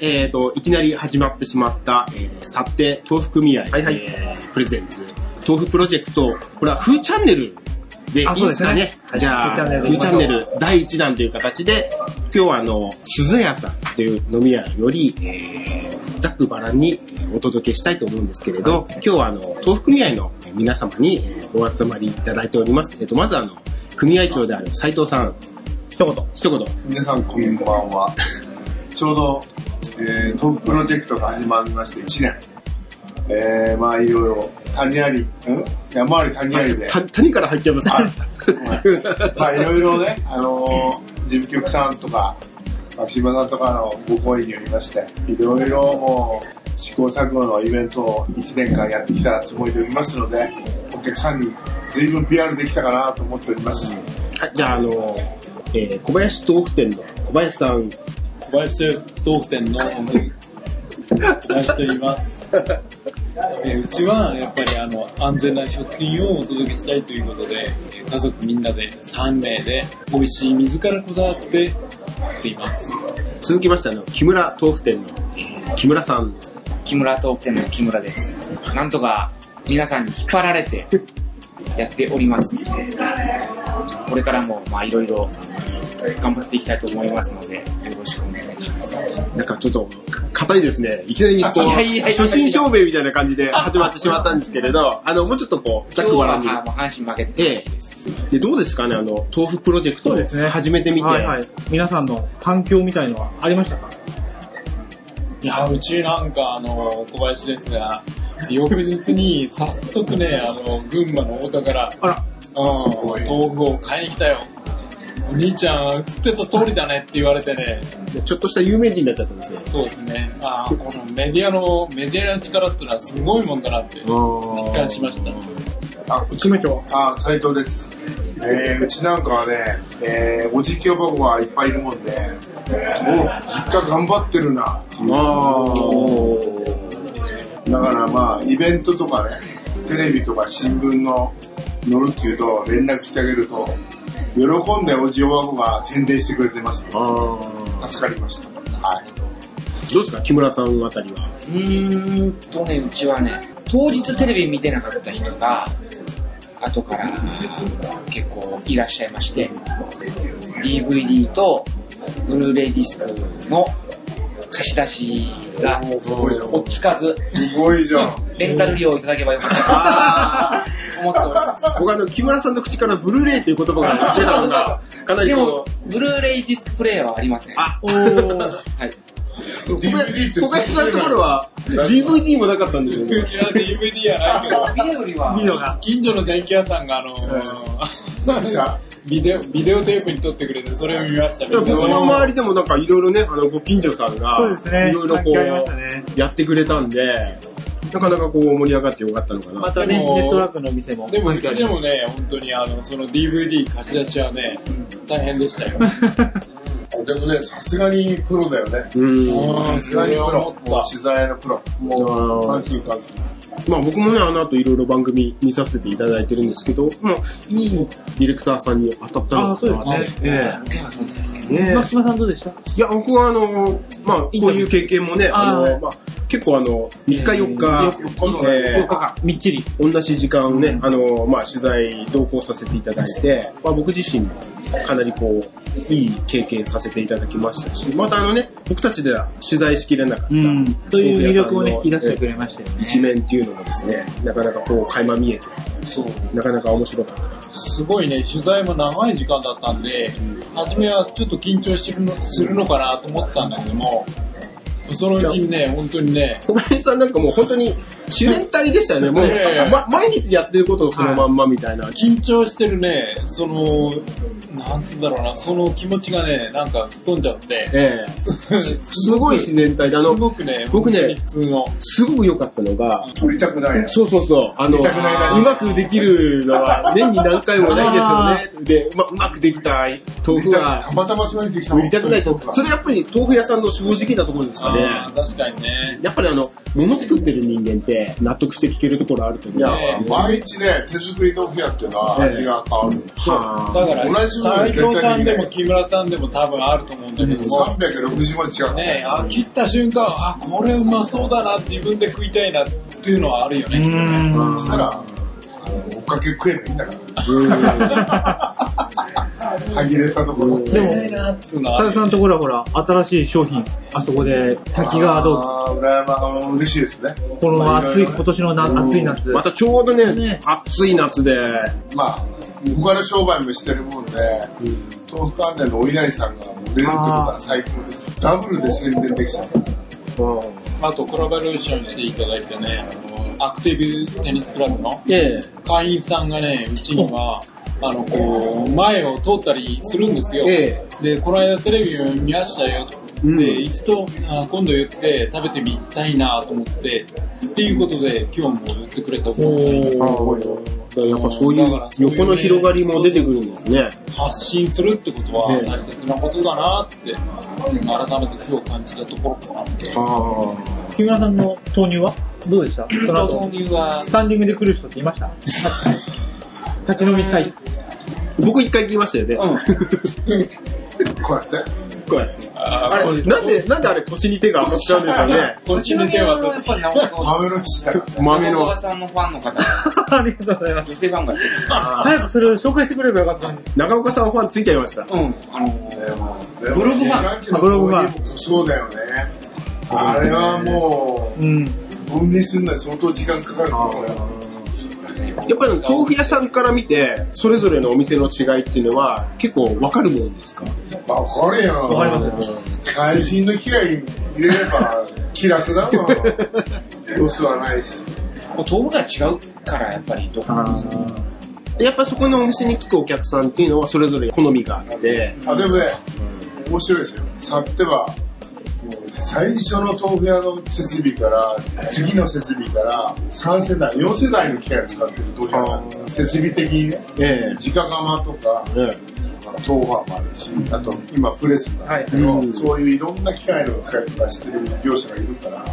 えっ、と、いきなり始まってしまった、えー、さって豆腐組合、はいはいえープレゼンツ、豆腐プロジェクト、これはフーチャンネルでいあいですかね。そうですねじゃあ、フフーーチチャャンンネネルル第1弾という形で、今日はあの、鈴屋さんという飲み屋より、えー、ざっくばらんにお届けしたいと思うんですけれど、今日はあの、豆腐組合の皆様にえーお集まりいただいております。えっ、と、まずあの、組合長である斉藤さん、一言。一言。皆さんこんばんは。ちょうど、えー、トークプロジェクトが始まりまして1年。えー、まあいろいろ、谷あり、ん山あり谷ありで、た谷から入っちゃい ますかまあいろいろね、あのー、事務局さんとか、まあ、木村さんとかのご好意によりまして、いろいろもう試行錯誤のイベントを1年間やってきたつもりでおりますので、お客さんに随分 PR できたかなと思っております。はい、じゃあ、あの、えー小林豆腐店の小林さん、小林豆腐店の小林と言います。えうちはやっぱりあの安全な食品をお届けしたいということで、え家族みんなで3名で美味しい水からこだわって作っています。続きまして、あの、木村豆腐店の、えー木村さん、木村トーク店の木村です。なんとか皆さんに引っ張られてやっております。これからもまあいろいろ頑張っていきたいと思いますので、よろしくお願いします。なんかちょっと、か硬いですね。いきなり、こう、いやいやいや初心証明みたいな感じで始まってしまったんですけれど、あの、もうちょっとこう、ざ今っ日くばらはんに。まあもう阪神負けてええで、どうですかね、あの、豆腐プロジェクトそうですねを始めてみて。はいはい。皆さんの反響みたいのはありましたかいや、うちなんかあの、小林ですが、翌日に早速ね、あの、群馬の太田から、あら、うん、豆腐を買いに来たよ。お兄ちゃん、釣ってた通りだねって言われてね、でちょっとした有名人になっちゃったんですよ。そうですね。ああ、このメディアの、メディアの力ってのはすごいもんだなって、実感しました。あ、内目長。あ、斉藤です。えー、うちなんかはね、えー、おじきおばこがいっぱいいるもんで、えー、お実家頑張ってるなっていう。だからまあ、イベントとかね、テレビとか新聞の乗るっていうと、連絡してあげると、喜んでおじおばこが宣伝してくれてます、ねあ。ー助かりました。はい。どうですか、木村さんあたりは。うーんとね、うちはね、当日テレビ見てなかった人が、後から結構いらっしゃいまして、DVD とブルーレイディスクの貸し出しがごいじゃん追っつかず、すごいじゃん。レンタル料をいただけばよかったあと思っております。僕あの、木村さんの口からブルーレイという言葉が出たのが、かなりでこもの、、ブルーレイディスクプレイヤーはありません。あ、はい。小林 DVD って小林さんのところは DVD もなかったんですようね。ちは DVD やないけど、ビデオよりは見、るのが。近所の電気屋さんがあの、どうしたビデオ、ビデオテープに撮ってくれて、それを見ました。僕のは周りでもなんかいろいろね、あの、ご近所さんが、そうですね。いろいろこ反響ありましたね。う、やってくれたんで、なかなかこう盛り上がってよかったのかまな。たね、でもネットワークの店も。でも、うちでもね、本当にあの、その DVD 貸し出しはね、大変でしたよ。でもね、さすがにプロだよね。うん。うさんすがにプそれはロ思。ったもう取材のプロ。もう、あー感心感心。まあ僕もね、あの後いろいろ番組見させていただいてるんですけど、まあ、いいディレクターさんに当たったのかな。あそうですね。手はそんなにねええ。ねえ松島さんどうでしたいや、僕はあの、まあ、こういう経験もね、ああーの、まあ、結構あの、3日4日、え10ー日間、みっちり。同じ時間をね、あの、まあ、取材同行させていただいて、まあ、僕自身もかなりこう、いい経験させていただきましたし、またあのね、僕たちでは取材しきれなかった、そういう魅力をね、引大き手屋出さんのしてくれましたよね。一面っていうのもですね、なかなかこう、垣間見えて、そう。なかなか面白かった。すごいね、取材も長い時間だったんで、初めはちょっと緊張してるのするのかなと思ったんだけども、そのうちにね、本当にね、小林さんなんかもう本当に自然体でしたよね、も、いやいやいうやま、毎日やってることをそのまんまみたいな。緊張してるね、その、なんつうんだろうな、その気持ちがね、なんか吹っ飛んじゃって、ええすすごい自然体で、あすの、ごくね、僕ね本当に普通の、すごく良かったのが、撮りたくないな。そうそうそう。あの、見たくないラジオうまくできるのは年に何回もないですよね。で、うまうまくできた豆腐はたまたまそれにできた売りたくない豆腐。それやっぱり豆腐屋さんの正直なところですかね。あー確かにね、やっぱりあの、物作ってる人間って納得して聞けるところあると思。いうやは、毎日ね、手作り豆腐屋っていうのは味が変わる。あだから、同じもの斎に絶対藤さんでもで木村さんでも多分あると思うんだけども、 365日違う。ねあ、切った瞬間、あ、これうまそうだな、自分で食いたいなっていうのはあるよね、きっとね。そしたら、あの追っかけ食えばいいんだから。歯切れたところ。でも食いたいなっていうのはあさるやよさんのところはほら、新しい商品、あそこで、滝川どうあー羨ましい、嬉しいですね。この暑い、まあ今年のな暑い 夏。またちょうどねね、暑い夏で、まあ、他の商売もしてるもんで、豆腐関連のお稲荷さんがもう出るってことは最高です。ダブルで宣伝できちゃう。あと、コラボレーションしていただいてね、あのアクティブテニスクラブのええ、会員さんがね、うちには、あの、こう、前を通ったりするんですよ。えで、この間テレビを見ましたよ。うんで、一度、あ今度言って食べてみたいなと思って、っていうことで、今日も言ってくれたお客さんですああやっぱそういう横の広がりも出てくるんですね。発信するってことはええ大切なことだなって、改めて今日感じたところかなって。あ木村さんの豆乳はどうでしたその後豆乳はスタンディングで来る人っていました立ち飲みサイ僕一回聞きましたよね。こうやって。こうやってああれ、なんで、なんであれ腰に手が当たっちゃうんでしょう ね。こっちの手は取やっってぱり中豆の父だから。豆岡の。さんのファンの方、ありがとうございます。女性ファンがいる。あ早くそれを紹介してくればよかったのに。中岡さんファンついちゃいました。うん、あの、でもブログファンランチのブログファン豆腐もそうだよね。あれはもうん。う、分離するのに相当時間かかると思うよ。やっぱり豆腐屋さんから見て、それぞれのお店の違いっていうのは結構わかるもんですかわかるよ。。わかります最新の機械入れれば気楽だもん。ロスはないし。豆腐が違うから、やっぱりどこも。でやっぱそこのお店に着くお客さんっていうのはそれぞれ好みがあって、あ、でもね、面白いですよ。去っては、もう最初の豆腐屋の設備から、次の設備から、3世代、4世代の機械を使ってる豆腐屋があるんですよ設備的にね、え直釜とか、ええ豆腐もあるし、あと今プレスなんだけど、はいそういういろんな機械の使い方してる業者がいるから、まあ、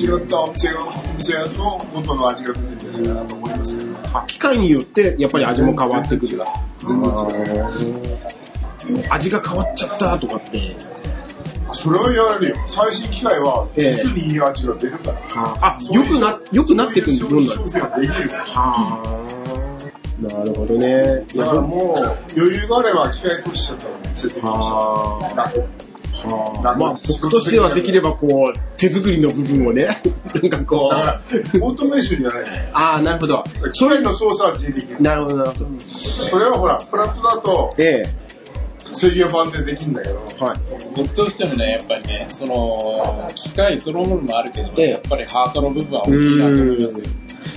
違ったお店が、お店だと元の味が出てるんじゃないかなと思いますけどね。あ機械によってやっぱり味も変わってくる。全然違う。味が変わっちゃったとかって。それはやられるよ。最新機械は、ええ実にいい味が出るから。あ、良くな、良くなってくるもんなんですかかできる。だかはあ。なるほどね。いやらもう、余裕があれば機械越しちゃったら、設備はあ楽まあ、僕としてはできればこう、手作りの部分をね、 なんかこだから、う。オートメーションじゃない。ああ、なるほど。機械の操作は自由できる。なるほど、なるほど。それはほら、プラットだと、え水曜版でできるんだけど、え。はい。僕としてもね、やっぱりね、その、機械そのものもあるけど、ええやっぱりハートの部分は大きいなと思います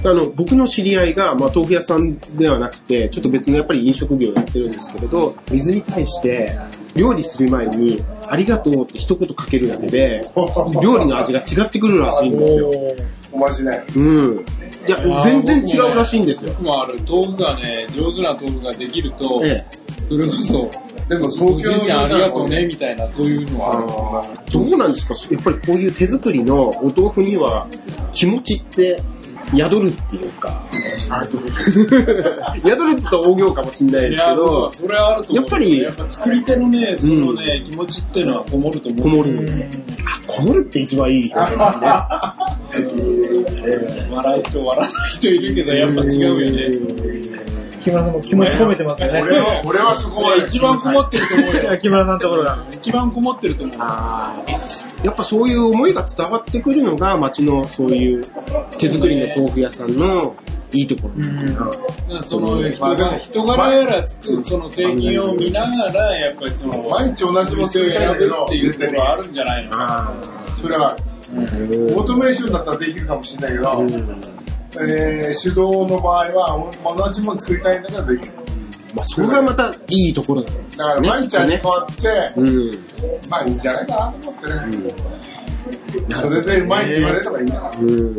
よ。あの、僕の知り合いが、まあ、豆腐屋さんではなくて、ちょっと別のやっぱり飲食業をやってるんですけれど、水に対して、料理する前に、ありがとうって一言かけるだけで、料理の味が違ってくるらしいんですよ。おまじない。うん。いや、全然違うらしいんですよ。僕もある、豆腐がね、上手な豆腐ができると、えそれこそ、でもお東じ京いちゃんありがとうね、ね。みたいな、そういうのはある。え。どうなんですかやっぱりこういう手作りのお豆腐には、気持ちって、宿るっていう か。宿るって言ったら大行かもしれないいですや、け僕はど、それはあると思やう。っぱりやっぱ作り手のね、そのね、気持ちっていうのはこもると思こう。もる。あ、こもるって一番いい。笑う人笑わない人いるけど、やっぱ違うよね。木村さんも気持ち込めてますよね。俺は、俺はそこまで。一番こもってると思うよ。 木村さんのところが。一番こもってると思う。あーやっぱそういう思いが伝わってくるのが町のそういう手作りの豆腐屋さんのいいところ。その人が人柄やらつくその製品を見ながら、やっぱりその、毎日同じもの店作をりたいん選だぶけっどて、いう絶とこ対ろはあね。るんじゃないのあそれは、オートメーションだったらできるかもしれないけど、えー手動の場合は、同じもの作りたいんだけどできる。まあそれがまたいいところだね。だから毎日味変わって、うん。まあいいんじゃないかなと思ってね。それでうまいって言われればいいんだから。うん。